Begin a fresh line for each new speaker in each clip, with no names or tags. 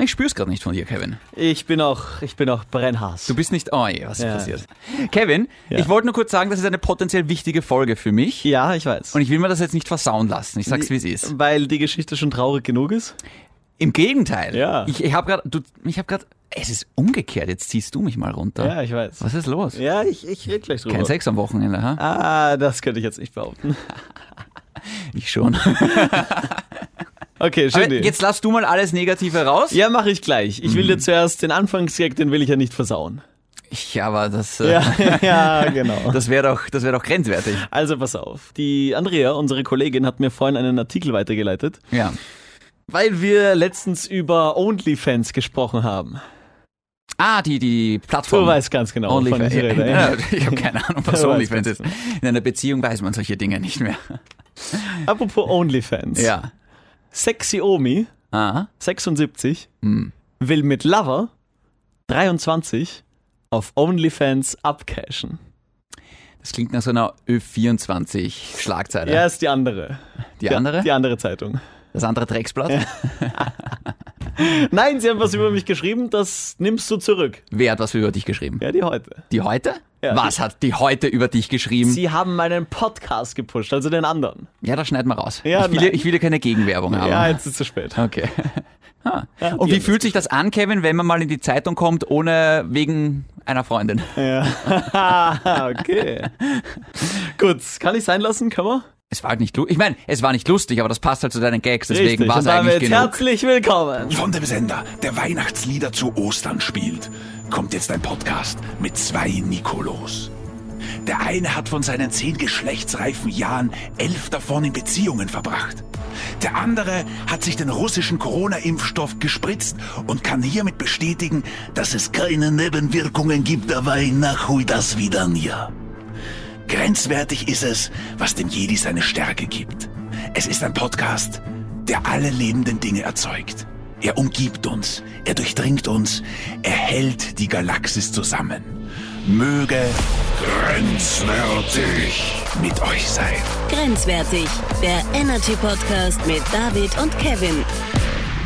Ich spüre es gerade nicht von dir, Kevin.
Ich bin auch, ich bin auch brennhaß.
Du bist nicht. Oh, je, was ist
Ja.
passiert? Kevin,
Ja.
ich wollte nur kurz sagen, das ist eine potenziell wichtige Folge für mich.
ja, ich weiß.
Und ich will mir das jetzt nicht versauen lassen. Ich sag's, wie es ist.
Weil die Geschichte schon traurig genug ist.
Im Gegenteil.
Ja.
Ich, ich habe gerade. du- Ich habe gerade. Es ist umgekehrt. Jetzt ziehst du mich mal runter.
Ja, ich weiß.
Was ist los?
Ja, ich, ich rede gleich drüber.
Ah. Kein Sex am Wochenende, ha?
Ah, das könnte ich jetzt nicht behaupten.
Ich schon.
Okay,
Aber
schön.
jetzt Mhm. lass du mal alles Negative raus.
Ja, mache ich gleich. Ich will dir zuerst den Anfangsgag, den will ich ja nicht versauen.
Ja, aber das, äh,
Ja, ja, genau.
das wäre doch, das wär doch grenzwertig.
Also pass auf. Die Andrea, unsere Kollegin, hat mir vorhin einen Artikel weitergeleitet,
Ja.
weil wir letztens über OnlyFans gesprochen haben.
Ah, die, die
Du
Plattform.
weißt ganz genau, wovon
OnlyFans.
ich rede.
Ja, ich habe keine Ahnung, was
Ja, weiß
OnlyFans ist. In einer Beziehung weiß man solche Dinge nicht mehr.
Apropos OnlyFans.
Ja.
Sexy Omi,
Aha.
76,
Hm.
will mit Lover, 23, auf OnlyFans abcashen.
Das klingt nach so einer Ö24-Schlagzeile.
Er ist die andere.
die andere?
Die andere Zeitung.
Das andere Drecksblatt?
Nein, sie haben was über mich geschrieben, das nimmst du zurück.
Wer hat was über dich geschrieben?
Ja, die heute.
Die heute?
Ja.
Was hat die heute über dich geschrieben?
Sie haben meinen Podcast gepusht, also den anderen.
ja, das schneiden wir raus.
Ja,
ich, will, ja-
nein.
ich will ja keine Gegenwerbung haben.
Ja, jetzt ist es zu spät.
Okay. Ah. Und
die
wie
haben
fühlt sich das an, Kevin, wenn man mal in die Zeitung kommt, ohne wegen einer Freundin?
Ja. Ah, okay. Gut, kann ich sein lassen, kann man?
Es war halt nicht lustig. Ich meine, es war nicht lustig, aber das passt halt zu deinen Gags, deswegen
Richtig,
war
und
es eigentlich
damit
genug.
herzlich willkommen.
Von dem Sender, der Weihnachtslieder zu Ostern spielt, kommt jetzt ein Podcast mit zwei Nikolos. Der eine hat von seinen zehn geschlechtsreifen Jahren elf davon in Beziehungen verbracht. Der andere hat sich den russischen Corona-Impfstoff gespritzt und kann hiermit bestätigen, dass es keine Nebenwirkungen gibt dabei nach das wieder nie. Grenzwertig ist es, was dem Jedi seine Stärke gibt. Es ist ein Podcast, der alle lebenden Dinge erzeugt. Er umgibt uns, er durchdringt uns, er hält die Galaxis zusammen. Möge grenzwertig mit euch sein.
Grenzwertig, der Energy Podcast mit David und Kevin.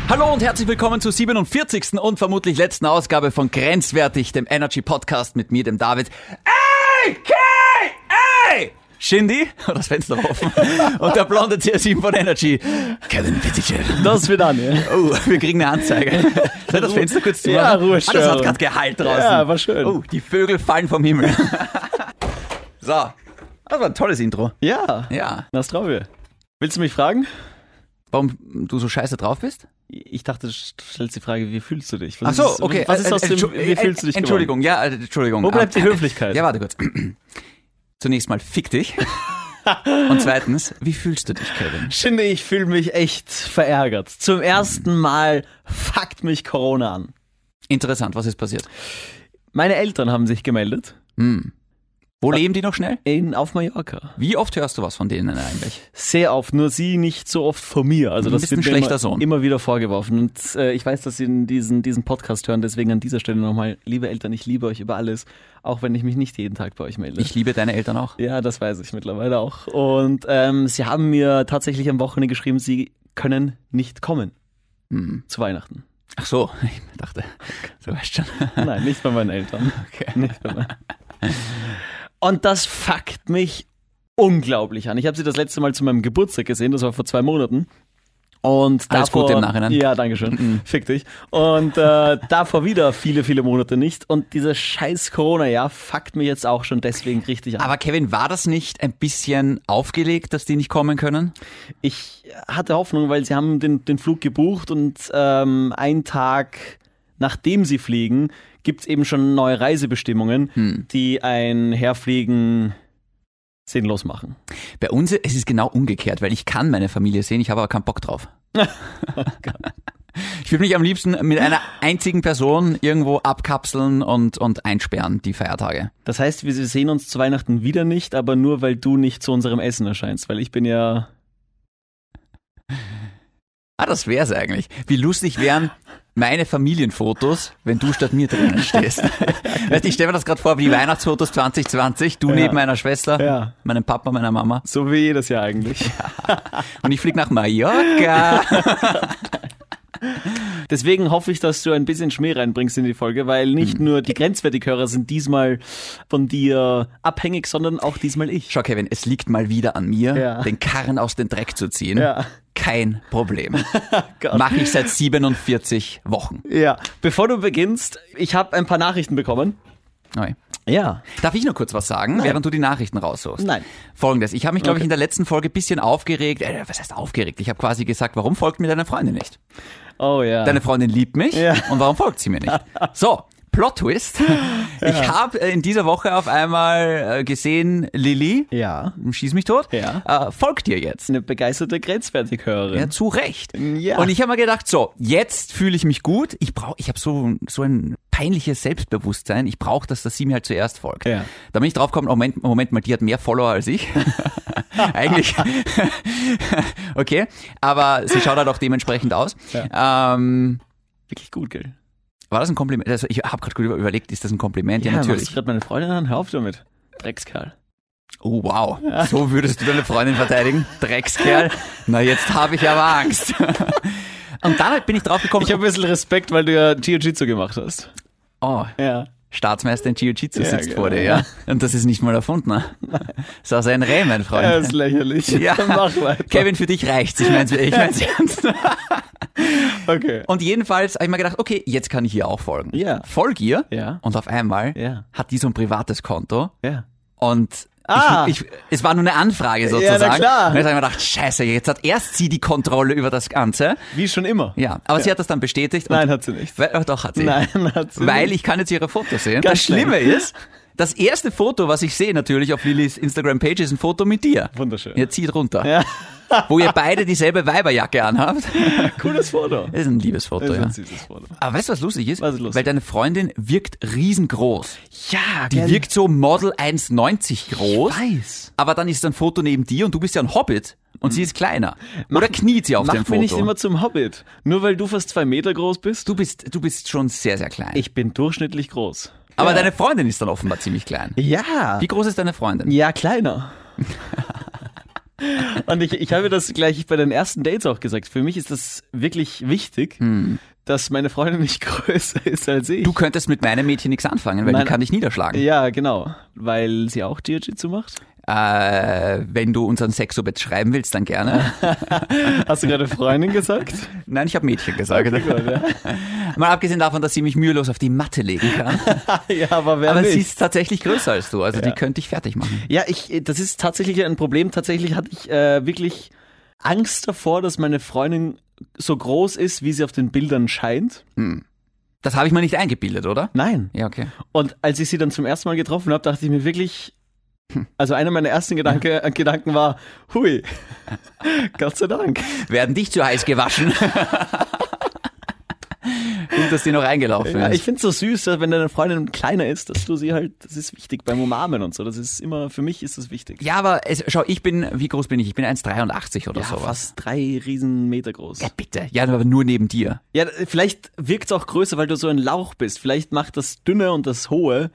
Hallo und herzlich willkommen zur 47. und vermutlich letzten Ausgabe von Grenzwertig, dem Energy Podcast mit mir, dem David. Ey, Kay, ey! Shindy, Oh, das Fenster war offen, und der blonde CR7 von Energy, Kevin Pitticher.
Das wird an, ja.
Oh, wir kriegen eine Anzeige. Soll das Fenster kurz zu
Ja,
Ah,
Ruhestörung.
das hat gerade Gehalt draußen.
Ja, war schön.
Oh, die Vögel fallen vom Himmel. so, das war ein tolles Intro.
Ja.
Ja.
Na, Strauwe. Willst du mich fragen?
Warum du so scheiße drauf bist?
Ich dachte, du stellst die Frage, wie fühlst du dich? Was
Ach so,
ist-
okay. äh,
Was ist aus dem,
Entschu-
wie fühlst du dich geworden?
Entschuldigung, ja, äh, Entschuldigung.
Wo bleibt die
Ah,
Höflichkeit?
Ja, warte kurz. Zunächst mal, fick dich. Und zweitens, wie fühlst du dich, Kevin?
Schinde, ich fühle mich echt verärgert. Zum ersten Mal fuckt mich Corona an.
Interessant, was ist passiert?
Meine Eltern haben sich gemeldet Ah.
Wo leben die noch schnell?
in, auf Mallorca.
Wie oft hörst du was von denen eigentlich?
Sehr oft, nur sie nicht so oft von mir. Also
Du
das
bist
wird
ein
mir
schlechter
immer,
Sohn.
immer wieder vorgeworfen. Und äh, ich weiß, dass sie in diesen, diesen Podcast hören, deswegen an dieser Stelle nochmal, liebe Eltern, ich liebe euch über alles, auch wenn ich mich nicht jeden Tag bei euch melde.
Ich liebe deine Eltern auch.
Ja, das weiß ich mittlerweile auch. Und ähm, sie haben mir tatsächlich am Wochenende geschrieben, sie können nicht kommen
Mhm.
zu Weihnachten.
Ach so, ich dachte, du weißt schon.
Nein, nicht bei meinen Eltern. Nicht bei meinen. Und das fuckt mich unglaublich an. Ich habe sie das letzte Mal zu meinem Geburtstag gesehen, das war vor zwei Monaten. Und
Alles
davor,
Gute im Nachhinein. Mhm.
Ja, danke schön. Fick dich. Und äh, davor wieder viele, viele Monate nicht. Und dieses scheiß Corona-Jahr fuckt mich jetzt auch schon deswegen richtig an.
Aber Kevin, war das nicht ein bisschen aufgelegt, dass die nicht kommen können?
Ich hatte Hoffnung, weil sie haben den, den Flug gebucht und ähm, einen Tag nachdem sie fliegen, gibt es eben schon neue Reisebestimmungen, die ein Herfliegen sinnlos machen.
Bei uns ist es genau umgekehrt, weil ich kann meine Familie sehen, ich habe aber keinen Bock drauf.
Oh
ich würde mich am liebsten mit einer einzigen Person irgendwo abkapseln und, und einsperren, die Feiertage.
Das heißt, wir sehen uns zu Weihnachten wieder nicht, aber nur weil du nicht zu unserem Essen erscheinst, weil ich bin ja.
Ah, das wär's eigentlich. Wie lustig wären meine Familienfotos, wenn du statt mir drinnen stehst. weißt, du, ich stelle mir das gerade vor, wie die Weihnachtsfotos 2020, du
Ja.
neben meiner Schwester,
Ja.
meinem Papa, meiner Mama.
So wie jedes Jahr eigentlich.
Und ich flieg nach Mallorca.
Deswegen hoffe ich, dass du ein bisschen Schmäh reinbringst in die Folge, weil nicht nur die Grenzwertighörer sind diesmal von dir abhängig, sondern auch diesmal ich.
Schau, Kevin, es liegt mal wieder an mir,
Ja.
den Karren aus dem Dreck zu ziehen.
Ja. Oh
Kein Problem.
Gott.
Mache ich seit 47 Wochen.
Ja, bevor du beginnst, ich habe ein paar Nachrichten bekommen.
Okay.
Ja.
Darf ich nur kurz was sagen, während du die Nachrichten raussuchst?
Nein.
Folgendes, ich habe mich, glaube ich,
Okay.
in der letzten Folge ein bisschen aufgeregt. Äh, was heißt aufgeregt? Ich habe quasi gesagt, warum folgt mir deine Freundin nicht?
Oh ja.
Deine Freundin liebt mich
Ja.
und warum folgt sie mir nicht? So, Plot Twist. Ich habe äh, in dieser Woche auf einmal äh, gesehen, Lilly,
ja.
schieß mich tot,
Ja.
äh, folgt dir jetzt.
Eine begeisterte Grenzwertighörerin.
Ja, zu Recht.
Ja.
Und ich habe mir gedacht, so, jetzt fühle ich mich gut. Ich brauche, ich habe so, so ein peinliches Selbstbewusstsein. Ich brauche das, dass sie mir halt zuerst folgt.
Ja.
Da bin ich drauf gekommen, oh, Moment, Moment mal, die hat mehr Follower als ich. Eigentlich. okay. Aber sie schaut halt auch dementsprechend aus. Ähm,
Wirklich gut, gell?
war das ein Kompliment? Also ich habe gerade gut überlegt, ist das ein Kompliment? Ja,
Ich
natürlich.
gerade meine Freundin an, hör auf damit. Dreckskerl.
Oh, wow. So würdest du deine Freundin verteidigen? Dreckskerl. Na, jetzt habe ich aber Angst. Und dann halt bin ich drauf gekommen,
Ich habe ein bisschen Respekt, weil du ja Jiu-Jitsu gemacht hast.
oh,
Ja.
Staatsmeister in Jiu-Jitsu
Ja,
sitzt
genau.
vor dir, ja. Und das ist nicht mal erfunden. ne? Das ist aus ein Reh, mein Freund.
Ja, ist lächerlich.
Ja.
Mach weiter.
Kevin, für dich reicht's. Ich mein's, ich mein's ernst.
Okay.
Und jedenfalls habe ich mir gedacht, okay, jetzt kann ich ihr auch folgen.
Ja.
Folg ihr.
Ja.
Und auf einmal
Ja.
hat die so ein privates Konto.
Ja.
Und
Ah.
ich, ich, es war nur eine Anfrage sozusagen.
na klar.
Und jetzt habe ich mir gedacht, scheiße, jetzt hat erst sie die Kontrolle über das Ganze.
Wie schon immer.
Ja, aber sie hat das dann bestätigt. und-
Nein, hat sie nicht.
Weil, oh, doch, hat sie.
Nein, hat sie
Weil ich kann jetzt ihre Fotos sehen.
Mhm. Ganz
das Schlimme
schlecht.
ist, das erste Foto, was ich sehe natürlich auf Lillys Instagram-Page, ist ein Foto mit dir.
Wunderschön.
Ihr zieht runter. Wo ihr beide dieselbe Weiberjacke anhabt.
Cooles Foto.
Das ist ein liebes Foto,
Das ist
ja.
ein süßes Foto.
Aber weißt du, was lustig ist?
Was ist lustig?
Weil deine Freundin wirkt riesengroß.
Ja,
Die wirkt so Model 1,90 groß.
weiß. Mhm.
Aber dann ist ein Foto neben dir und du bist ja ein Hobbit und sie ist kleiner. Oder kniet sie auf
Mach
dem
mich
Foto.
nicht immer zum Hobbit. Nur weil du fast zwei Meter groß bist.
du bist, du bist schon sehr, sehr klein.
Ich bin durchschnittlich groß.
aber
ja.
deine Freundin ist dann offenbar ziemlich klein.
Ja.
Wie groß ist deine Freundin?
Ja, kleiner. Und ich, ich habe das gleich bei den ersten Dates auch gesagt. Für mich ist das wirklich wichtig, dass meine Freundin nicht größer ist als ich.
Du könntest mit meinem Mädchen nichts anfangen, weil
Nein.
die kann dich niederschlagen.
ja, genau. Weil sie auch Jiu-Jitsu macht.
Äh, wenn du unseren Sexobet schreiben willst, dann gerne.
Hast du gerade Freundin gesagt?
Nein, ich habe Mädchen gesagt. Mal abgesehen davon, dass sie mich mühelos auf die Matte legen kann.
Ah, ja, aber wer
Aber
nicht?
sie ist tatsächlich größer als du, also die könnte dich fertig machen.
Ja, ich, das ist tatsächlich ein Problem. Tatsächlich hatte ich äh, wirklich Angst davor, dass meine Freundin so groß ist, wie sie auf den Bildern scheint.
Das habe ich mir nicht eingebildet, oder?
Nein.
Ja, okay.
Und als ich sie dann zum ersten Mal getroffen habe, dachte ich mir wirklich, also einer meiner ersten Gedanke, äh, Gedanken war, hui, Gott sei Dank.
Werden dich zu heiß gewaschen. Gut, dass die noch eingelaufen
Ja,
ist.
ich finde es so süß, dass wenn deine Freundin kleiner ist, dass du sie halt, das ist wichtig beim Umarmen und so. Das ist immer, für mich ist das wichtig.
Ja, aber es, schau, ich bin, wie groß bin ich? Ich bin 1,83 oder sowas.
fast drei Riesenmeter groß.
Ja, bitte. Ja, aber nur neben dir.
Ja, vielleicht wirkt es auch größer, weil du so ein Lauch bist. Vielleicht macht das Dünne und das Hohe.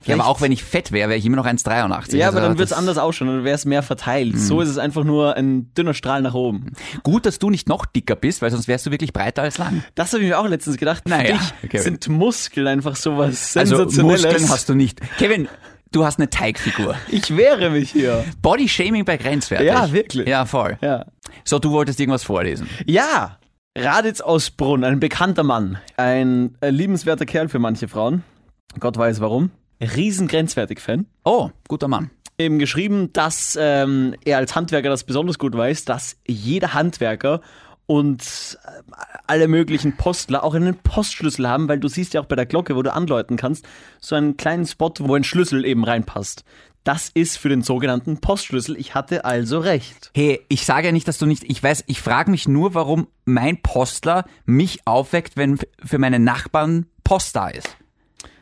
Ja,
Vielleicht,
aber auch wenn ich fett wäre, wäre ich immer noch 1,83.
Ja,
Also
aber dann wird es
das-
anders ausschauen, dann wäre es mehr verteilt. So ist es einfach nur ein dünner Strahl nach oben.
Gut, dass du nicht noch dicker bist, weil sonst wärst du wirklich breiter als lang.
Das habe ich mir auch letztens gedacht. Für
Naja,
dich
Kevin.
sind Muskeln einfach sowas
Also
Sensationelles.
Muskeln hast du nicht. Kevin, du hast eine Teigfigur.
ich wehre mich hier.
Bodyshaming bei grenzwertig.
Ja, wirklich.
Ja, voll.
Ja.
So, du wolltest irgendwas vorlesen.
ja, Raditz aus Brunn, ein bekannter Mann. Ein äh, liebenswerter Kerl für manche Frauen. Gott weiß warum. Riesengrenzwertig Fan.
Oh, guter Mann.
eben geschrieben, dass ähm, er als Handwerker das besonders gut weiß, dass jeder Handwerker und äh, alle möglichen Postler auch einen Postschlüssel haben, weil du siehst ja auch bei der Glocke, wo du anläuten kannst, so einen kleinen Spot, wo ein Schlüssel eben reinpasst. Das ist für den sogenannten Postschlüssel. Ich hatte also recht.
Hey, ich sage ja nicht, dass du nicht, ich weiß, ich frage mich nur, warum mein Postler mich aufweckt, wenn f- für meine Nachbarn Post da ist.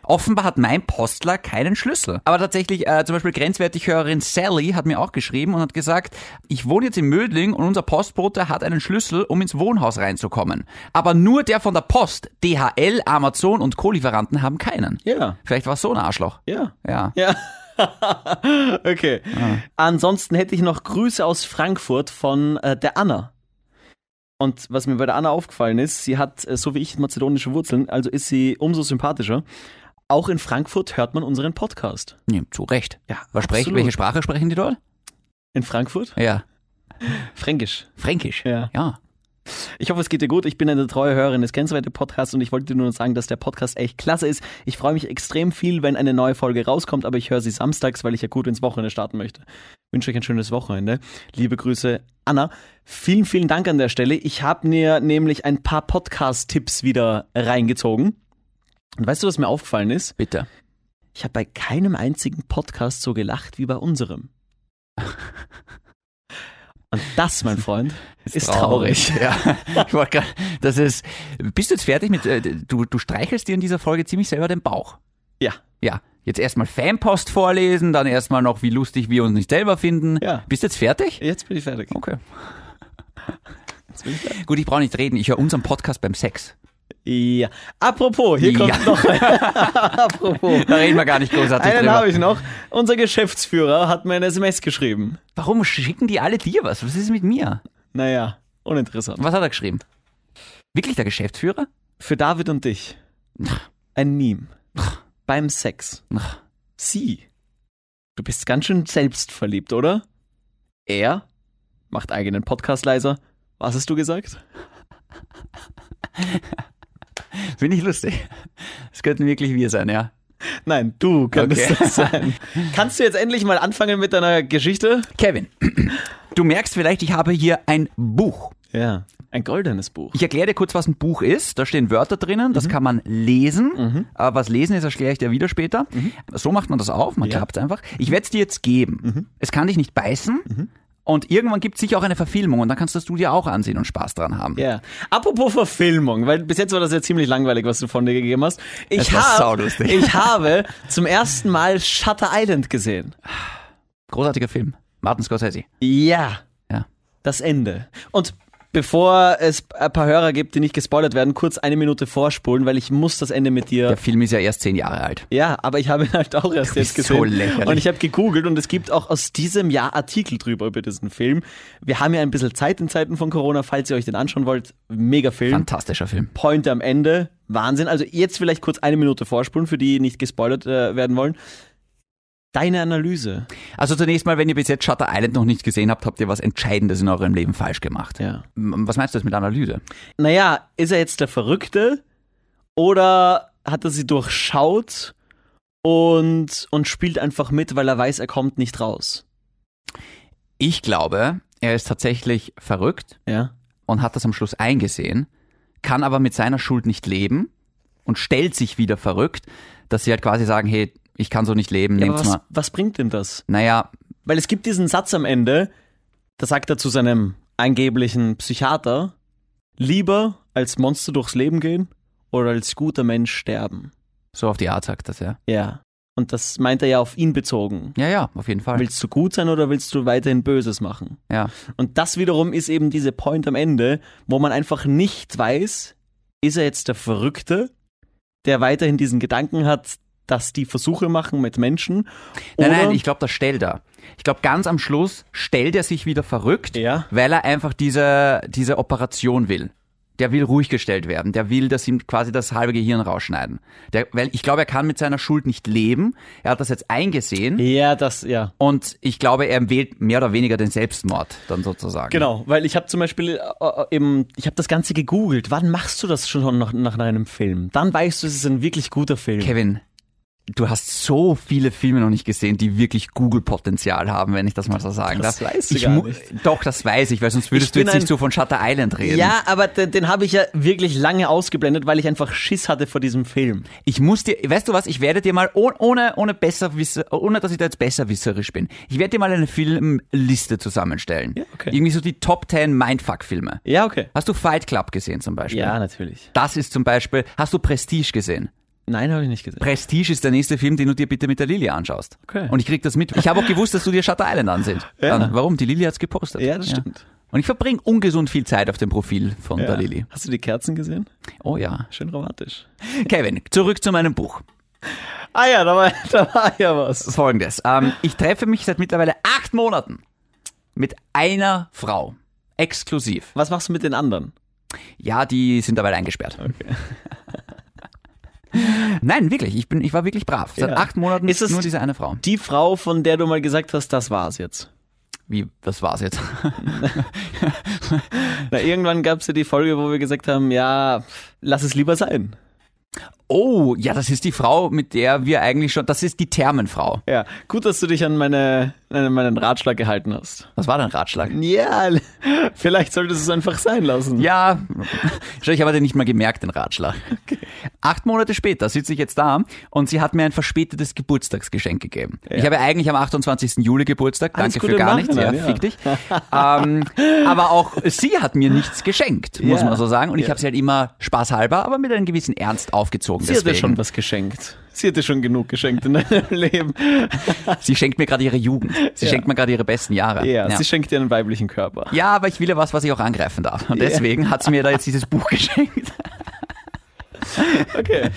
Offenbar hat mein Postler keinen Schlüssel. Aber tatsächlich, äh, zum Beispiel Grenzwertighörerin Sally hat mir auch geschrieben und hat gesagt, ich wohne jetzt in Mödling und unser Postbote hat einen Schlüssel, um ins Wohnhaus reinzukommen. Aber nur der von der Post, DHL, Amazon und Co-Lieferanten haben keinen.
Ja,
Vielleicht war es so ein Arschloch.
ja.
Ja.
Ja. okay.
Ah.
Ansonsten hätte ich noch Grüße aus Frankfurt von äh, der Anna. Und was mir bei der Anna aufgefallen ist, sie hat, äh, so wie ich, mazedonische Wurzeln, also ist sie umso sympathischer. Auch in Frankfurt hört man unseren Podcast.
Nee, zu Recht.
Ja,
Was sprechen,
absolut.
welche Sprache sprechen die dort?
In Frankfurt?
Ja.
Fränkisch.
Fränkisch.
Ja.
Ja.
Ich hoffe, es geht dir gut. Ich bin eine treue Hörerin des Grenzweite Podcasts und ich wollte dir nur sagen, dass der Podcast echt klasse ist. Ich freue mich extrem viel, wenn eine neue Folge rauskommt, aber ich höre sie samstags, weil ich ja gut ins Wochenende starten möchte. Wünsche euch ein schönes Wochenende. Liebe Grüße, Anna. Vielen, vielen Dank an der Stelle. Ich habe mir nämlich ein paar Podcast-Tipps wieder reingezogen. Und weißt du, was mir aufgefallen ist?
Bitte.
Ich habe bei keinem einzigen Podcast so gelacht wie bei unserem. Und das, mein Freund, ist, traurig.
Ja. Ich wollte grad, das ist, bist du jetzt fertig mit, äh, du, du streichelst dir in dieser Folge ziemlich selber den Bauch.
Ja.
Ja. Jetzt erstmal Fanpost vorlesen, dann erstmal noch, wie lustig wir uns nicht selber finden.
Ja.
Bist du jetzt fertig?
Jetzt bin ich fertig.
Okay.
Jetzt bin ich fertig.
Gut, ich brauche nicht reden. Ich höre unseren Podcast beim Sex.
Ja. Apropos, hier
Ja.
kommt noch. Apropos.
Da reden wir gar nicht großartig
Einen
drüber.
habe ich noch. Unser Geschäftsführer hat mir eine SMS geschrieben.
Warum schicken die alle dir was? Was ist mit mir?
Naja, uninteressant.
Was hat er geschrieben? Wirklich der Geschäftsführer?
Für David und dich. Ein Meme. Beim Sex.
Ach,
Sie. Du bist ganz schön selbstverliebt, oder? Er macht eigenen Podcast leiser. Was hast du gesagt?
Finde ich lustig. Das könnten wirklich wir sein, ja.
Nein, du könntest
Okay.
das sein. Kannst du jetzt endlich mal anfangen mit deiner Geschichte?
Kevin, du merkst vielleicht, ich habe hier ein Buch.
Ja. Ein goldenes Buch.
Ich erkläre dir kurz, was ein Buch ist. Da stehen Wörter drinnen, das kann man lesen. Aber was lesen ist, erkläre ich dir wieder später. So macht man das auf, man
Ja.
klappt einfach. Ich werde es dir jetzt geben. Es kann dich nicht beißen. Und irgendwann gibt es sicher auch eine Verfilmung und dann kannst das du dir auch ansehen und Spaß dran haben.
Ja. Apropos Verfilmung, weil bis jetzt war das ja ziemlich langweilig, was du von dir gegeben hast. Ich,
Es war
hab,
saulustig.
ich habe zum ersten Mal Shutter Island gesehen.
Großartiger Film. Martin Scorsese.
Ja,
Ja.
das Ende. Und bevor es ein paar Hörer gibt, die nicht gespoilert werden, kurz eine Minute vorspulen, weil ich muss das Ende mit dir.
Der Film ist ja erst zehn Jahre alt.
Ja, aber ich habe ihn halt auch erst jetzt
bist
gesehen.
so lächerlich.
Und ich habe gegoogelt und es gibt auch aus diesem Jahr Artikel drüber über diesen Film. Wir haben ja ein bisschen Zeit in Zeiten von Corona, falls ihr euch den anschauen wollt. Mega Film.
Fantastischer Film.
Pointe am Ende. Wahnsinn. Also jetzt vielleicht kurz eine Minute vorspulen, für die nicht gespoilert äh, werden wollen. Deine Analyse.
Also zunächst mal, wenn ihr bis jetzt Shutter Island noch nicht gesehen habt, habt ihr was Entscheidendes in eurem Leben falsch gemacht.
Ja.
M- Was meinst du jetzt mit Analyse?
Naja, ist er jetzt der Verrückte oder hat er sie durchschaut und, und spielt einfach mit, weil er weiß, er kommt nicht raus?
Ich glaube, er ist tatsächlich verrückt
Ja.
und hat das am Schluss eingesehen, kann aber mit seiner Schuld nicht leben und stellt sich wieder verrückt, dass sie halt quasi sagen, hey, ich kann so nicht leben,
ja aber
nehmt's
was,
mal.
was bringt ihm das?
Naja,
Weil es gibt diesen Satz am Ende, da sagt er zu seinem angeblichen Psychiater, lieber als Monster durchs Leben gehen oder als guter Mensch sterben.
so auf die Art sagt das, ja.
Ja. Und das meint er ja auf ihn bezogen.
Ja, ja, auf jeden Fall.
Willst du gut sein oder willst du weiterhin Böses machen?
ja.
Und das wiederum ist eben diese Point am Ende, wo man einfach nicht weiß, ist er jetzt der Verrückte, der weiterhin diesen Gedanken hat, dass die Versuche machen mit Menschen?
Nein,
oder
nein, ich glaube, das stellt er. Ich glaube, ganz am Schluss stellt er sich wieder verrückt,
Ja.
weil er einfach diese, diese Operation will. Der will ruhig gestellt werden. Der will, dass ihm quasi das halbe Gehirn rausschneiden. Der, weil ich glaube, er kann mit seiner Schuld nicht leben. Er hat das jetzt eingesehen.
Ja, das, ja.
Und ich glaube, er wählt mehr oder weniger den Selbstmord dann sozusagen.
Genau, weil ich habe zum Beispiel äh, äh, eben, ich habe das Ganze gegoogelt. Wann machst du das schon nach, nach einem Film? Dann weißt du, es ist ein wirklich guter Film.
Kevin, du hast so viele Filme noch nicht gesehen, die wirklich Google-Potenzial haben, wenn ich das mal so sagen
Das
darf.
weißt du
ich
gar
mu-
nicht.
Doch, das weiß ich, weil sonst würdest du
bin
jetzt nicht
ein-
so von Shutter Island reden.
Ja, aber den, den habe ich ja wirklich lange ausgeblendet, weil ich einfach Schiss hatte vor diesem Film.
Ich muss dir, weißt du was, ich werde dir mal, oh- ohne, ohne, Besserwisser, ohne dass ich da jetzt besserwisserisch bin, ich werde dir mal eine Filmliste zusammenstellen.
Ja, okay.
Irgendwie so die Top 10 Mindfuck-Filme.
Ja, okay.
Hast du Fight Club gesehen zum Beispiel?
Ja, natürlich.
Das ist zum Beispiel, hast du Prestige gesehen?
Nein, habe ich nicht gesehen.
Prestige ist der nächste Film, den du dir bitte mit der Lilly anschaust.
Okay.
Und ich krieg das mit. Ich habe auch gewusst, dass du dir Shutter Island ansehst.
Ja.
Dann, warum? Die Lilly hat's gepostet.
Ja, das stimmt.
Und ich verbringe ungesund viel Zeit auf dem Profil von der Lilly.
Hast du die Kerzen gesehen?
Oh ja.
Schön romantisch.
Kevin, zurück zu meinem Buch.
Ah ja, da war, da war ja was.
Folgendes. Ähm, ich treffe mich seit mittlerweile acht Monaten mit einer Frau. Exklusiv.
Was machst du mit den anderen?
Ja, die sind dabei eingesperrt. Okay. Nein, wirklich. Ich, bin, ich war wirklich brav. Seit
Ja.
acht Monaten
Ist es-
nur diese eine Frau.
Die Frau, von der du mal gesagt hast, das war's jetzt.
Wie, das war's jetzt.
Na, irgendwann gab's ja die Folge, wo wir gesagt haben, ja, lass es lieber sein.
Oh, ja, das ist die Frau, mit der wir eigentlich schon. Das ist die Thermenfrau.
Ja, gut, dass du dich an, meine, an meinen Ratschlag gehalten hast.
Was war dein Ratschlag?
Ja, vielleicht solltest du es einfach sein lassen.
Ja, ich habe den nicht mal gemerkt, den Ratschlag. Acht Monate später sitze ich jetzt da und sie hat mir ein verspätetes Geburtstagsgeschenk gegeben. Ich habe eigentlich am 28. Juli Geburtstag,
Alles
danke
Gute
für gar
im
nichts, ja,
Nachhinein, ja.
fick dich. ähm, aber auch sie hat mir nichts geschenkt, muss
Ja.
man so sagen. Und ich
Ja.
habe sie halt immer spaßhalber, aber mit einem gewissen Ernst aufgezogen.
Sie hat dir
deswegen.
schon was geschenkt. Sie hat dir schon genug geschenkt in deinem Leben.
sie schenkt mir gerade ihre Jugend. Sie
Ja.
schenkt mir gerade ihre besten Jahre.
Ja,
ja.
sie schenkt dir einen weiblichen Körper.
Ja, aber ich will ja was, was ich auch angreifen darf. Und deswegen hat sie mir da jetzt dieses Buch geschenkt.
Okay.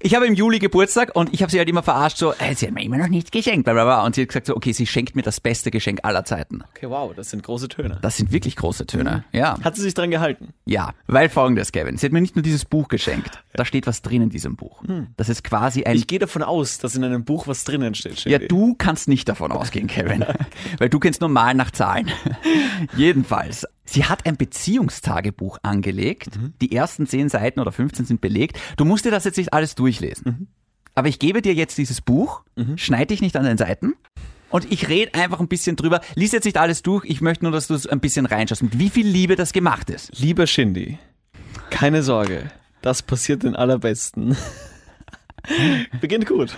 Ich habe im Juli Geburtstag und ich habe sie halt immer verarscht, so, äh, sie hat mir immer noch nichts geschenkt, bla bla bla. Und sie hat gesagt, so, okay, sie schenkt mir das beste Geschenk aller Zeiten.
Okay, wow, das sind große Töne.
Das sind wirklich große Töne. Ja,
Hat sie sich dran gehalten?
ja. Weil folgendes, Kevin, sie hat mir nicht nur dieses Buch geschenkt. Da steht was drin in diesem Buch. Das ist quasi ein...
Ich gehe davon aus, dass in einem Buch was drinnen steht.
ja,
Shindy.
du kannst nicht davon ausgehen, Kevin. Weil du kennst normal nach Zahlen. Jedenfalls. Sie hat ein Beziehungstagebuch angelegt. Die ersten 10 Seiten oder 15 sind belegt. Du musst dir das jetzt nicht alles durchlesen. Aber ich gebe dir jetzt dieses Buch, schneide dich nicht an den Seiten und ich rede einfach ein bisschen drüber. Lies jetzt nicht alles durch, ich möchte nur, dass du es ein bisschen reinschaust, mit wie viel Liebe das gemacht ist.
Lieber Shindy, keine Sorge, das passiert den allerbesten. Beginnt gut.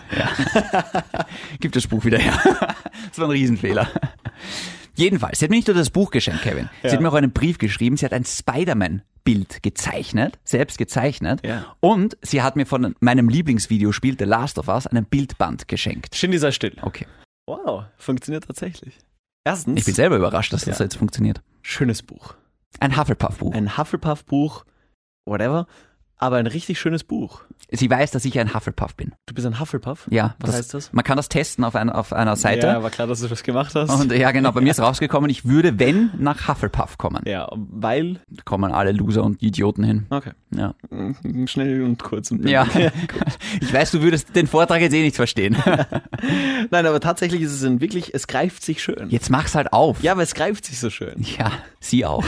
Gib das Buch wieder her. Das war ein Riesenfehler. Jedenfalls, sie hat mir nicht nur das Buch geschenkt, Kevin. Sie hat mir auch einen Brief geschrieben. Sie hat ein Spider-Man-Bild gezeichnet, selbst gezeichnet.
Ja.
Und sie hat mir von meinem Lieblingsvideospiel The Last of Us einen Bildband geschenkt.
Shindy sei still.
Okay.
Wow, funktioniert tatsächlich. Erstens,
Ich bin selber überrascht, dass das
Ja.
jetzt funktioniert.
schönes Buch.
Ein Hufflepuff-Buch.
Ein Hufflepuff-Buch, whatever, aber ein richtig schönes Buch.
Sie weiß, dass ich ein Hufflepuff bin.
Du bist ein Hufflepuff?
Ja.
Was heißt das?
Man kann das testen auf, ein, auf einer Seite.
Ja, war klar, dass du das gemacht hast.
Und ja, genau, bei mir ist rausgekommen, ich würde, wenn, nach Hufflepuff kommen.
ja, weil.
Da kommen alle Loser und Idioten hin.
Okay.
Ja.
Mhm, Schnell und kurz und
Ja, ich weiß, du würdest den Vortrag jetzt eh nicht verstehen.
Nein, aber tatsächlich ist es ein wirklich, es greift sich schön.
Jetzt mach's halt auf.
Ja, aber es greift sich so schön.
Ja, sie auch.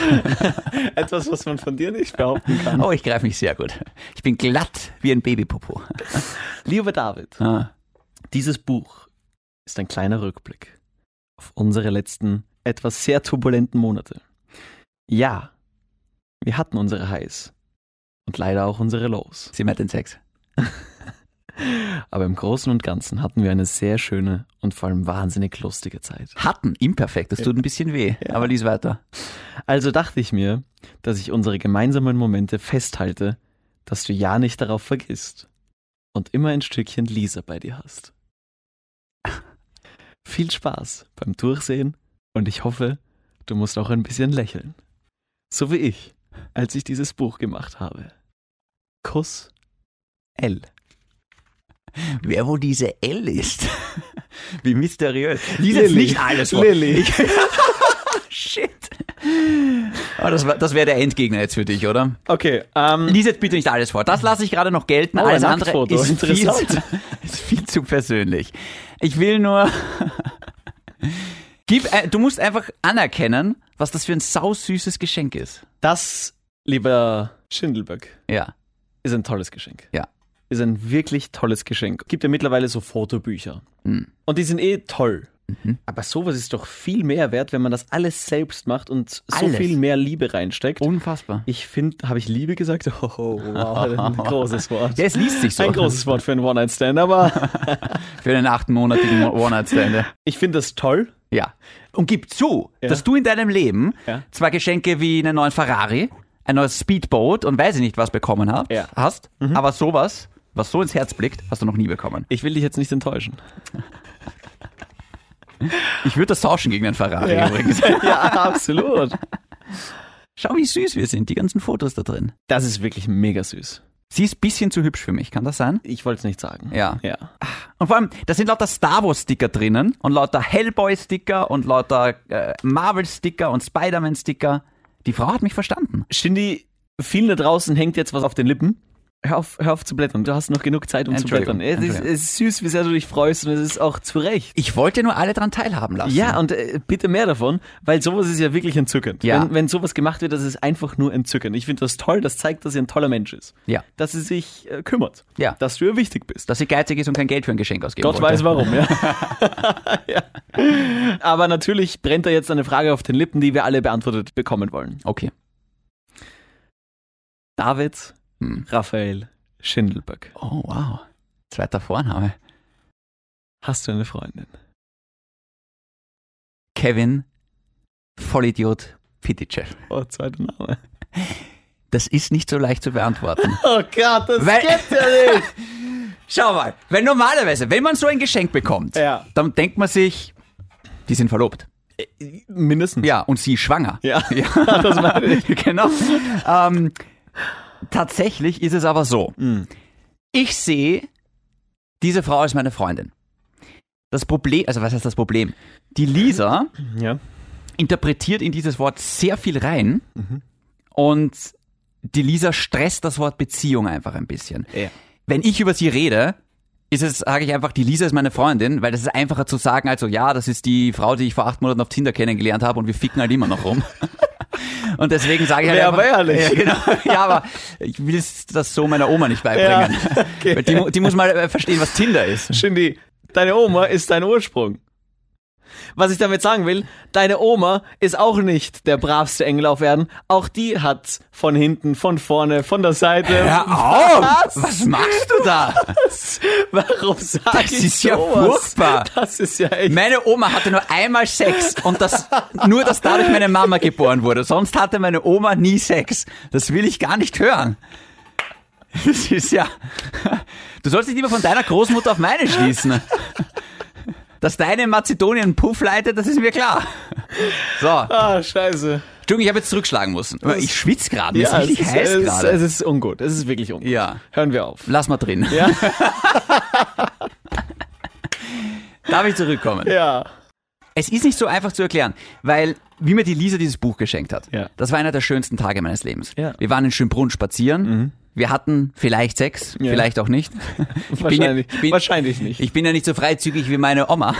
Etwas, was man von dir nicht behaupten kann.
Oh, ich greife mich sehr gut. Ich bin glatt wie ein Babypopo.
Lieber David,
Ah,
dieses Buch ist ein kleiner Rückblick auf unsere letzten, etwas sehr turbulenten Monate. Ja, wir hatten unsere Highs und leider auch unsere Lows.
sie meint den Sex.
Aber im Großen und Ganzen hatten wir eine sehr schöne und vor allem wahnsinnig lustige Zeit.
Hatten, imperfekt, das tut ein bisschen weh. Aber lies weiter.
Also dachte ich mir, dass ich unsere gemeinsamen Momente festhalte, dass du ja nicht darauf vergisst und immer ein Stückchen Lisa bei dir hast. Viel Spaß beim Durchsehen und ich hoffe, du musst auch ein bisschen lächeln. So wie ich, als ich dieses Buch gemacht habe. Kuss L.
Wer wo diese L ist? Wie mysteriös. Lies
Lilly. Lilly.
Ich- Shit. Aber das war- das wäre der Endgegner jetzt für dich, oder?
Okay, ähm,
Lies jetzt bitte nicht alles vor. Das lasse ich gerade noch gelten.
Oh,
alles
ein
andere
Nacktfoto.
ist viel,
Interessant.
ist viel zu persönlich. Ich will nur. Gib, ein- du musst einfach anerkennen, was das für ein sausüßes Geschenk ist.
das, lieber Schindelberg,
Ja.
Ist ein tolles Geschenk.
Ja.
Ist ein wirklich tolles Geschenk. Gibt ja mittlerweile so Fotobücher.
Mhm.
Und die sind eh toll. Aber sowas ist doch viel mehr wert, wenn man das alles selbst macht und so
Alles.
viel mehr Liebe reinsteckt.
Unfassbar.
ich finde, habe ich Liebe gesagt? Oh, wow, ein großes Wort.
Ja, es liest sich so.
Ein großes Wort für einen One-Night-Stand, aber
Für einen achtmonatigen One-Night-Stand.
ich finde das toll.
Ja. Und gib zu, dass du in deinem Leben
Ja.
zwar Geschenke wie einen neuen Ferrari, ein neues Speedboat und weiß ich nicht was bekommen hast,
Ja. Mhm.
hast aber sowas, was so ins Herz blickt, hast du noch nie bekommen.
Ich will dich jetzt nicht enttäuschen.
Ich würde das tauschen gegen einen Ferrari übrigens.
ja, absolut.
Schau, wie süß wir sind, die ganzen Fotos da drin.
Das ist wirklich mega süß.
Sie ist ein bisschen zu hübsch für mich, kann das sein?
Ich wollte es nicht sagen.
Ja.
Ja.
Und vor allem, da sind lauter Star Wars-Sticker drinnen und lauter Hellboy-Sticker und lauter äh, Marvel-Sticker und Spider-Man-Sticker. Die Frau hat mich verstanden.
Shindy, vielen da draußen hängt jetzt was auf den Lippen. Hör auf, hör auf zu blättern. Du hast noch genug Zeit, um zu
Entschuldigung,
blättern. Es ist,
Entschuldigung.
es ist süß, wie sehr du dich freust und es ist auch zu Recht.
Ich wollte nur alle dran teilhaben lassen.
Ja, und äh, bitte mehr davon, weil sowas ist ja wirklich entzückend.
Ja.
Wenn, wenn sowas gemacht wird, das ist einfach nur entzückend. Ich finde das toll, das zeigt, dass ihr ein toller Mensch ist.
Ja.
Dass sie sich äh, kümmert.
Ja.
Dass du ihr wichtig bist.
Dass sie geizig ist und kein Geld für ein Geschenk ausgeben
Gott
wollte.
weiß warum, ja. ja. Aber natürlich brennt da jetzt eine Frage auf den Lippen, die wir alle beantwortet bekommen wollen.
Okay.
David
Hm.
Raphael Schindelböck.
Oh, wow. Zweiter Vorname.
Hast du eine Freundin?
Kevin Vollidiot Pitychev.
Oh, zweiter Name.
Das ist nicht so leicht zu beantworten.
Oh Gott, das
Weil-
gibt's ja nicht.
Schau mal, wenn normalerweise, wenn man so ein Geschenk bekommt,
Ja.
dann denkt man sich, die sind verlobt.
Mindestens.
Ja, und sie ist schwanger.
Ja. das meine ich.
genau. ähm, tatsächlich ist es aber so. Ich sehe diese Frau als meine Freundin. Das Problem, also was heißt das Problem? Die Lisa
Ja.
interpretiert in dieses Wort sehr viel rein und die Lisa stresst das Wort Beziehung einfach ein bisschen.
Ja.
Wenn ich über sie rede, ist es, sage ich einfach, die Lisa ist meine Freundin, weil das ist einfacher zu sagen, also ja, das ist die Frau, die ich vor acht Monaten auf Tinder kennengelernt habe und wir ficken halt immer noch rum. Und deswegen sage ich halt
Wär
einfach,
aber ehrlich.
Ja, genau. ja, aber ich will das so meiner Oma nicht beibringen. Weil die, mu- die muss mal äh, verstehen, was Tinder ist.
Shindy, deine Oma ist dein Ursprung. Was ich damit sagen will, deine Oma ist auch nicht der bravste Engel auf Erden. Auch die hat von hinten, von vorne, von der Seite.
auf! Was machst du da?
Warum sag
Das
ich
ist ja
sowas?
furchtbar.
Das ist ja echt.
Meine Oma hatte nur einmal Sex und das nur, dass dadurch meine Mama geboren wurde. Sonst hatte meine Oma nie Sex. Das will ich gar nicht hören. Das ist ja. Du sollst dich lieber von deiner Großmutter auf meine schließen. Dass deine in Mazedonien einen Puff leitet, das ist mir klar. So,
Ah, scheiße.
Entschuldigung, ich habe jetzt zurückschlagen müssen. Ich schwitze gerade, mir ist richtig
es, ist,
heiß
es, es
gerade.
ist ungut. Es ist wirklich ungut.
Ja.
Hören wir auf.
Lass mal drin.
Ja.
Darf ich zurückkommen?
Ja.
Es ist nicht so einfach zu erklären, weil wie mir die Lisa dieses Buch geschenkt hat,
Ja.
das war einer der schönsten Tage meines Lebens.
Ja. Mhm.
Wir waren in Schönbrunn spazieren. Wir hatten vielleicht Sex,
Ja.
vielleicht auch nicht. Ich bin ja-
Wahrscheinlich-
ich bin-
wahrscheinlich nicht.
Ich bin ja nicht so freizügig wie meine Oma.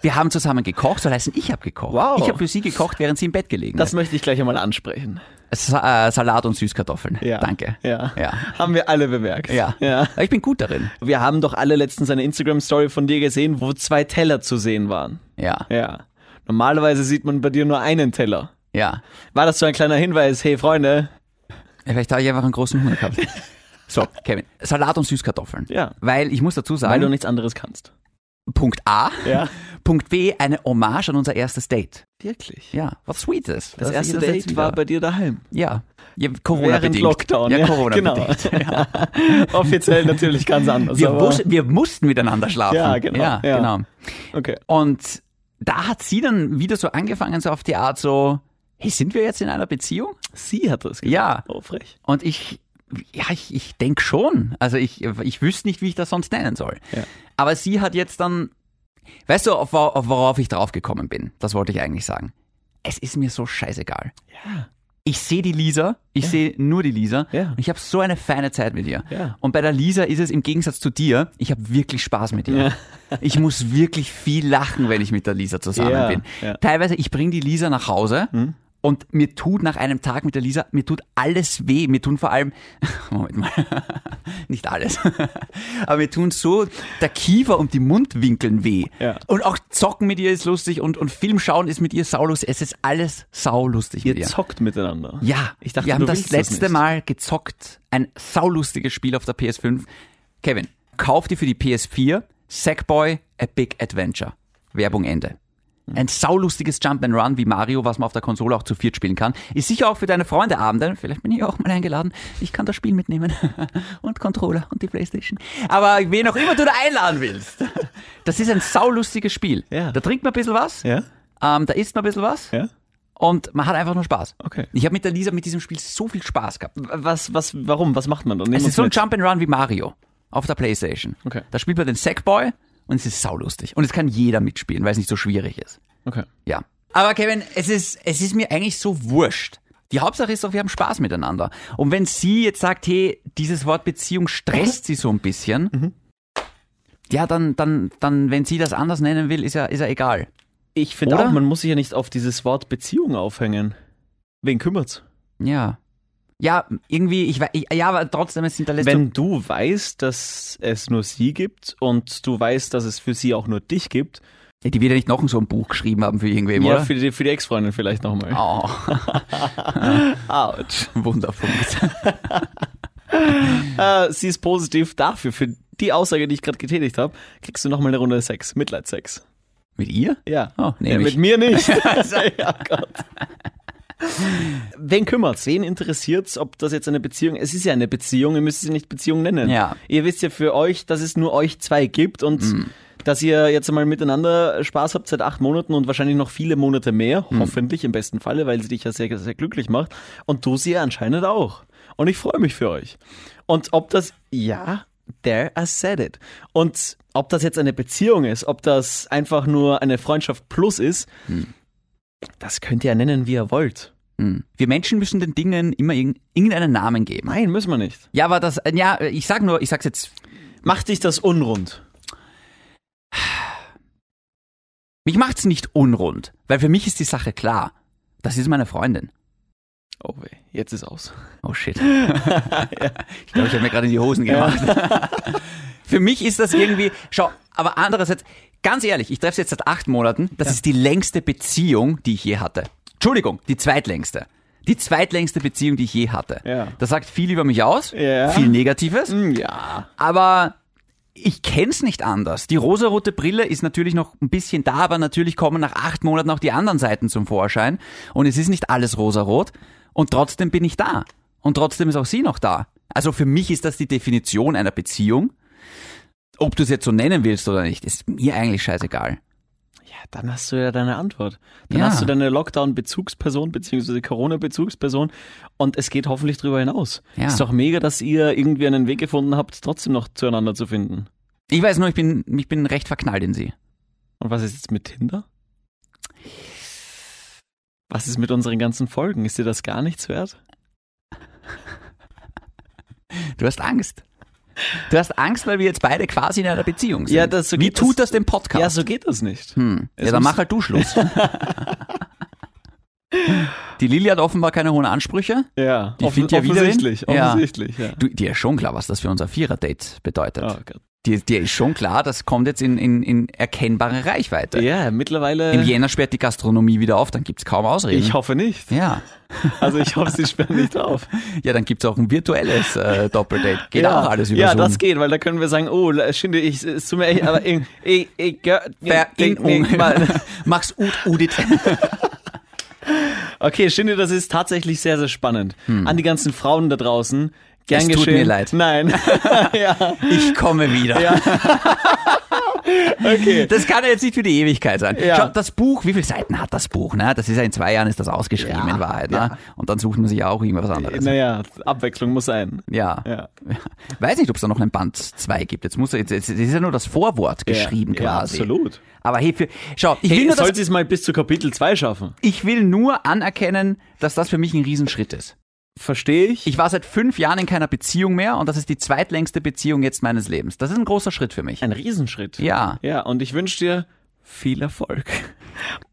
Wir haben zusammen gekocht, soll heißen, ich habe gekocht.
Wow.
Ich habe für sie gekocht, während sie im Bett gelegen
Das
ist.
möchte ich gleich einmal ansprechen.
Sa äh, Salat und Süßkartoffeln.
Ja.
Danke.
Ja.
Ja.
Haben wir alle bemerkt.
Ja.
ja.
Ich bin gut darin.
Wir haben doch alle letztens eine Instagram-Story von dir gesehen, wo zwei Teller zu sehen waren.
Ja.
Ja. Normalerweise sieht man bei dir nur einen Teller.
Ja.
War das so ein kleiner Hinweis? Hey, Freunde.
Vielleicht habe ich einfach einen großen Hunger gehabt. So, Kevin. Salat und Süßkartoffeln.
Ja.
Weil ich muss dazu
Weil
sagen,
du nichts anderes kannst.
Punkt A.
Ja.
Punkt B, eine Hommage an unser erstes Date.
Wirklich?
Ja, was Sweetes.
Das,
Dass ich
erste
jetzt
Date
wieder-
war bei dir daheim.
Ja. ja Corona
Während
bedingt.
Lockdown.
Ja,
ja,
Corona
genau.
bedingt.
Offiziell natürlich ganz anders.
Wir,
aber,
wus wir mussten miteinander schlafen.
Ja, genau,
Ja,
ja.
genau.
okay.
Und da hat sie dann wieder so angefangen, so auf die Art so, hey, sind wir jetzt in einer Beziehung?
Sie hat das gesagt.
Ja.
Oh, frech.
Und ich, ja, ich, ich denke schon. Also ich, ich wüsste nicht, wie ich das sonst nennen soll.
Ja.
Aber sie hat jetzt dann, weißt du, auf, wor- auf worauf ich draufgekommen bin? Das wollte ich eigentlich sagen. Es ist mir so scheißegal.
Ja.
Ich sehe die Lisa, ich sehe nur die Lisa
Ja.
und ich habe so eine feine Zeit mit ihr.
Ja.
Und bei der Lisa ist es im Gegensatz zu dir, ich habe wirklich Spaß mit ihr. ich muss wirklich viel lachen, wenn ich mit der Lisa zusammen
Ja,
bin.
ja. Hm.
Teilweise, ich bringe die Lisa nach Hause und mir tut nach einem Tag mit der Lisa, mir tut alles weh. Mir tun vor allem, Moment mal, nicht alles, aber mir tun so der Kiefer und die Mundwinkeln weh.
Ja.
Und auch Zocken mit ihr ist lustig und, und Film schauen ist mit ihr saulustig. Es ist alles saulustig
Ihr
mit ihr.
zockt miteinander.
Ja,
Ich dachte,
wir haben
du
das
willst das
letzte
nicht.
Mal gezockt. Ein saulustiges Spiel auf der PS5. Kevin, kauf dir für die PS4 Sackboy A Big Adventure. Werbung Ende.
Hm.
Ein saulustiges Jump'n'Run wie Mario, was man auf der Konsole auch zu viert spielen kann. Ist sicher auch für deine Freunde Abende. Vielleicht bin ich auch mal eingeladen. Ich kann das Spiel mitnehmen. Und Controller und die Playstation. Aber wen auch immer du da einladen willst. Das ist ein saulustiges Spiel.
Ja.
Da trinkt man ein bisschen was.
Ja?
Ähm, da isst man ein bisschen was.
Ja?
Und man hat einfach nur Spaß.
Okay.
Ich habe mit der Lisa mit diesem Spiel so viel Spaß gehabt.
Was, was, warum? Was macht man dann? Nimm
Es
uns
ist so ein
mit.
Jump'n'Run wie Mario auf der Playstation.
Okay.
Da spielt man den Sackboy und es ist saulustig. Und es kann jeder mitspielen, weil es nicht so schwierig ist.
Okay.
Ja. Aber Kevin, es ist, es ist mir eigentlich so wurscht. Die Hauptsache ist doch, wir haben Spaß miteinander. Und wenn sie jetzt sagt, hey, dieses Wort Beziehung stresst sie so ein bisschen,
Mhm.
ja, dann, dann, dann, wenn sie das anders nennen will, ist ja, ist ja egal.
Ich finde
Oder?
auch, man muss sich ja nicht auf dieses Wort Beziehung aufhängen. Wen kümmert's?
Ja. Ja, irgendwie, ich, wei- ich ja, aber trotzdem, es hinterlässt so
Wenn du weißt, dass es nur sie gibt und du weißt, dass es für sie auch nur dich gibt,
Ja, Die wird ja nicht noch so ein Buch geschrieben haben für irgendwem,
ja,
oder?
für die, für die Ex-Freundin vielleicht nochmal.
oh,
Autsch.
Wunderpunkt.
Äh, sie ist positiv dafür. Für die Aussage, die ich gerade getätigt habe, kriegst du nochmal eine Runde Sex. Mitleidsex.
Mit ihr?
Ja.
Oh, nehm
ja
ich.
mit mir nicht. ja, Gott. Wen kümmert's? Wen interessiert's, ob das jetzt eine Beziehung Es ist ja eine Beziehung, ihr müsst sie nicht Beziehung nennen.
Ja.
Ihr wisst ja für euch, dass es nur euch zwei gibt und dass ihr jetzt mal miteinander Spaß habt seit acht Monaten und wahrscheinlich noch viele Monate mehr, hoffentlich im besten Falle, weil sie dich ja sehr, sehr glücklich macht. Und du sie ja anscheinend auch. Und ich freue mich für euch. Und ob das, ja, there I said it. Und ob das jetzt eine Beziehung ist, ob das einfach nur eine Freundschaft plus ist, das könnt ihr ja nennen, wie ihr wollt.
Hm. Wir Menschen müssen den Dingen immer irg- irgendeinen Namen geben.
Nein, müssen wir nicht.
Ja, aber das, äh, ja, ich sag nur, ich sag's jetzt,
Macht dich das unrund.
mich macht's nicht unrund, weil für mich ist die Sache klar. Das ist meine Freundin.
Oh weh, jetzt ist aus.
Oh shit. Ich glaube, ich habe mir gerade in die Hosen gemacht. Für mich ist das irgendwie, schau, aber andererseits, ganz ehrlich, ich treffe sie jetzt seit acht Monaten, das ist die längste Beziehung, die ich je hatte. Entschuldigung, die zweitlängste. Die zweitlängste Beziehung, die ich je hatte.
Ja.
Das sagt viel über mich aus,
Ja.
viel Negatives,
Hm, Ja.
aber ich kenn's nicht anders. Die rosarote Brille ist natürlich noch ein bisschen da, aber natürlich kommen nach acht Monaten auch die anderen Seiten zum Vorschein. Und es ist nicht alles rosarot. Und trotzdem bin ich da. Und trotzdem ist auch sie noch da. Also für mich ist das die Definition einer Beziehung. Ob du es jetzt so nennen willst oder nicht, ist mir eigentlich scheißegal.
Ja, dann hast du ja deine Antwort. Dann
Ja.
hast du deine Lockdown-Bezugsperson bzw. Corona-Bezugsperson und es geht hoffentlich drüber hinaus.
Ja.
Ist doch mega, dass ihr irgendwie einen Weg gefunden habt, trotzdem noch zueinander zu finden.
Ich weiß nur, ich bin, ich bin recht verknallt in sie.
Und was ist jetzt mit Tinder? Was ist mit unseren ganzen Folgen? Ist dir das gar nichts wert?
Du hast Angst. Du hast Angst, weil wir jetzt beide quasi in einer Beziehung sind.
Ja, das- so
Wie
geht
tut das,
das-
dem Podcast?
Ja, so geht das nicht.
Hm.
Es
Ja, dann
muss-
mach halt du Schluss. die Lilly hat offenbar keine hohen Ansprüche.
Ja,
Die findet ja Widerwillen?
offensichtlich,
Ja.
offensichtlich, ja.
Du, dir ist schon klar, was das für unser Vierer-Date bedeutet.
Oh Gott.
Dir, dir ist schon klar, das kommt jetzt in, in, in erkennbare Reichweite.
Ja, mittlerweile.
Im Jänner sperrt die Gastronomie wieder auf, dann gibt's kaum Ausreden.
ich hoffe nicht.
ja.
Also ich hoffe, sie sperren nicht auf.
ja, dann gibt's auch ein virtuelles äh, Doppeldate. Geht auch alles über
Ja,
Zoom.
das geht, weil da können wir sagen, oh, la- Schinde, ich, es tut mir echt, aber ich, ich, ich, ich, ich,
Verinnung.
ich mal.
Mach's ut, udit.
Okay, Schinde, das ist tatsächlich sehr, sehr spannend. An die ganzen Frauen da drauschen, gern
Hm. Es tut
geschehen.
mir leid.
Nein. ja,
Ich komme wieder.
okay.
Das kann ja jetzt nicht für die Ewigkeit sein.
Ja.
Schau, das Buch, wie viele Seiten hat das Buch? Ne? Das ist ja in zwei Jahren ist das ausgeschrieben
Ja,
in Wahrheit. Ne? Und dann sucht man sich ja auch irgendwas anderes.
Naja, Abwechslung muss sein.
Ja.
Ja.
Weiß nicht, ob es da noch einen Band 2 gibt. Jetzt muss er, jetzt, jetzt ist ja nur das Vorwort geschrieben
ja,
quasi.
absolut.
Aber hey, für, schau, ich, will
Hey,
nur
soll
das,
sie es mal bis zu Kapitel 2 schaffen?
ich will nur anerkennen, dass das für mich ein Riesenschritt ist.
Verstehe ich.
Ich war seit fünf Jahren in keiner Beziehung mehr und das ist die zweitlängste Beziehung jetzt meines Lebens. Das ist ein großer Schritt für mich.
Ein Riesenschritt.
Ja,
Ja, und ich wünsche dir viel Erfolg.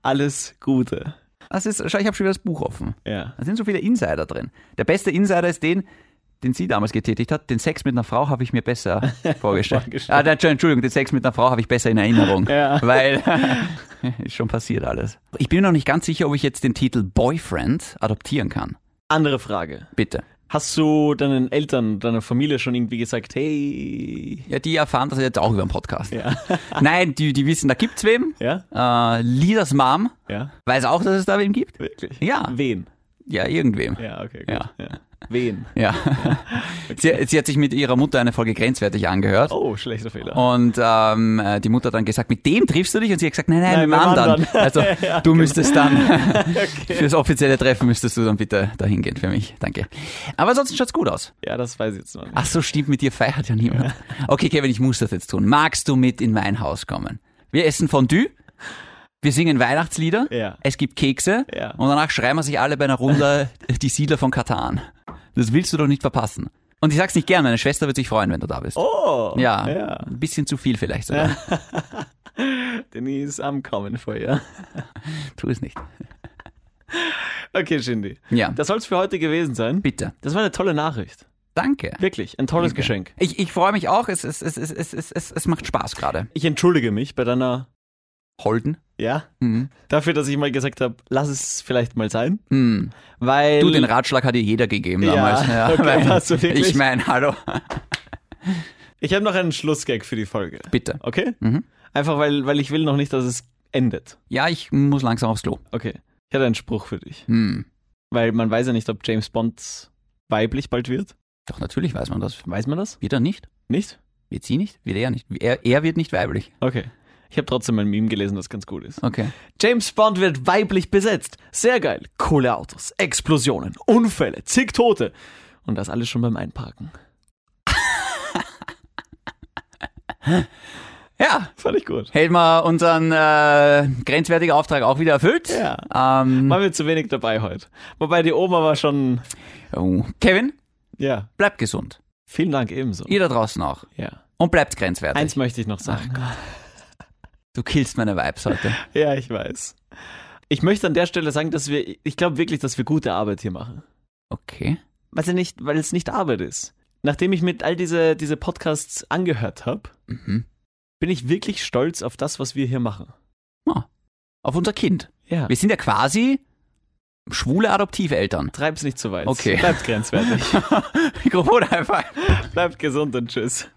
Alles Gute.
das ist, schau, ich habe schon wieder das Buch offen.
Ja.
Da sind so viele Insider drin. Der beste Insider ist den, den sie damals getätigt hat. Den Sex mit einer Frau habe ich mir besser vorgestellt.
Vorgestellt.
ah, nein, Entschuldigung, den Sex mit einer Frau habe ich besser in Erinnerung.
Ja.
Weil ist schon passiert alles. Ich bin noch nicht ganz sicher, ob ich jetzt den Titel Boyfriend adoptieren kann.
Andere Frage.
Bitte.
Hast du deinen Eltern, deiner Familie schon irgendwie gesagt, hey?
Ja, die erfahren das jetzt auch über den Podcast. Nein, die, die wissen, da gibt's wem.
Ja?
Äh, Lidas Mom
Ja?
weiß auch, dass es da wem gibt.
Wirklich?
Ja.
Wen?
Ja, irgendwem.
Ja, okay. Gut.
Ja.
Wen?
Ja. Sie, sie hat sich mit ihrer Mutter eine Folge grenzwertig angehört.
Oh, schlechter Fehler.
Und ähm, äh, die Mutter hat dann gesagt, mit dem triffst du dich? Und sie hat gesagt, nein, nein, mit dem anderen. Also du müsstest dann fürs offizielle Treffen müsstest du dann bitte dahin gehen für mich. Danke. Aber ansonsten schaut's gut aus.
Ja, das weiß ich jetzt noch nicht.
Ach so, stimmt, mit dir feiert ja niemand. Okay, Kevin, ich muss das jetzt tun. Magst du mit in mein Haus kommen? Wir essen Fondue Wir singen Weihnachtslieder,
Ja.
es gibt Kekse
Ja.
und danach schreien wir sich alle bei einer Runde die Siedler von Katan. Das willst du doch nicht verpassen. Und ich sag's nicht gern, meine Schwester wird sich freuen, wenn du da bist.
Oh!
ja,
ja.
ein bisschen zu viel vielleicht sogar.
Denise, I'm coming for you.
Tu es nicht.
Okay, Shindy.
Ja.
Das soll's für heute gewesen sein.
Bitte.
Das war eine tolle Nachricht.
Danke.
Wirklich, ein tolles Geschenk.
Ich, ich freue mich auch. Es, es, es, es, es, es, es, es macht Spaß gerade.
Ich entschuldige mich bei deiner,
Holden.
ja,
Mhm.
dafür, dass ich mal gesagt habe, lass es vielleicht mal sein,
Mhm.
weil
Du, den Ratschlag hat dir jeder gegeben
Ja,
damals.
okay,
weil-
hast du wirklich?
ich meine, hallo.
ich habe noch einen Schlussgag für die Folge.
Bitte.
Okay?
Mhm.
Einfach weil, weil ich will noch nicht, dass es endet.
Ja, ich muss langsam aufs Klo.
Okay. Ich hatte einen Spruch für dich,
Hm.
weil man weiß ja nicht, ob James Bond weiblich bald wird.
Doch, natürlich weiß man das.
Weiß man das?
Wird er nicht?
Nicht?
Wird sie nicht? Wird er nicht? Er, er wird nicht weiblich.
Okay. Ich habe trotzdem ein Meme gelesen, das ganz gut ist.
Okay.
James Bond wird weiblich besetzt. Sehr geil. Coole Autos, Explosionen, Unfälle, zig Tote. Und das alles schon beim Einparken.
Ja,
Fand ich gut.
hätten wir unseren äh, grenzwertigen Auftrag auch wieder erfüllt.
Ja.
Ähm,
Waren wir zu wenig dabei heute. Wobei die Oma war schon.
oh. Kevin,
Ja.
bleibt gesund.
Vielen Dank ebenso.
Ihr da draußen auch.
Ja.
Und bleibt grenzwertig.
Eins möchte ich noch sagen.
Du killst meine Vibes heute.
Ja, ich weiß. Ich möchte an der Stelle sagen, dass wir, ich glaube wirklich, dass wir gute Arbeit hier machen.
Okay.
Weil sie nicht, weil es nicht Arbeit ist. Nachdem ich mit all diese, diese Podcasts angehört habe,
Mhm.
bin ich wirklich stolz auf das, was wir hier machen.
Auf unser Kind.
Ja.
Wir sind ja quasi schwule Adoptiveltern.
Treib's nicht zu weit.
Okay.
Bleibt grenzwertig.
Mikrofon einfach.
Bleibt gesund und tschüss.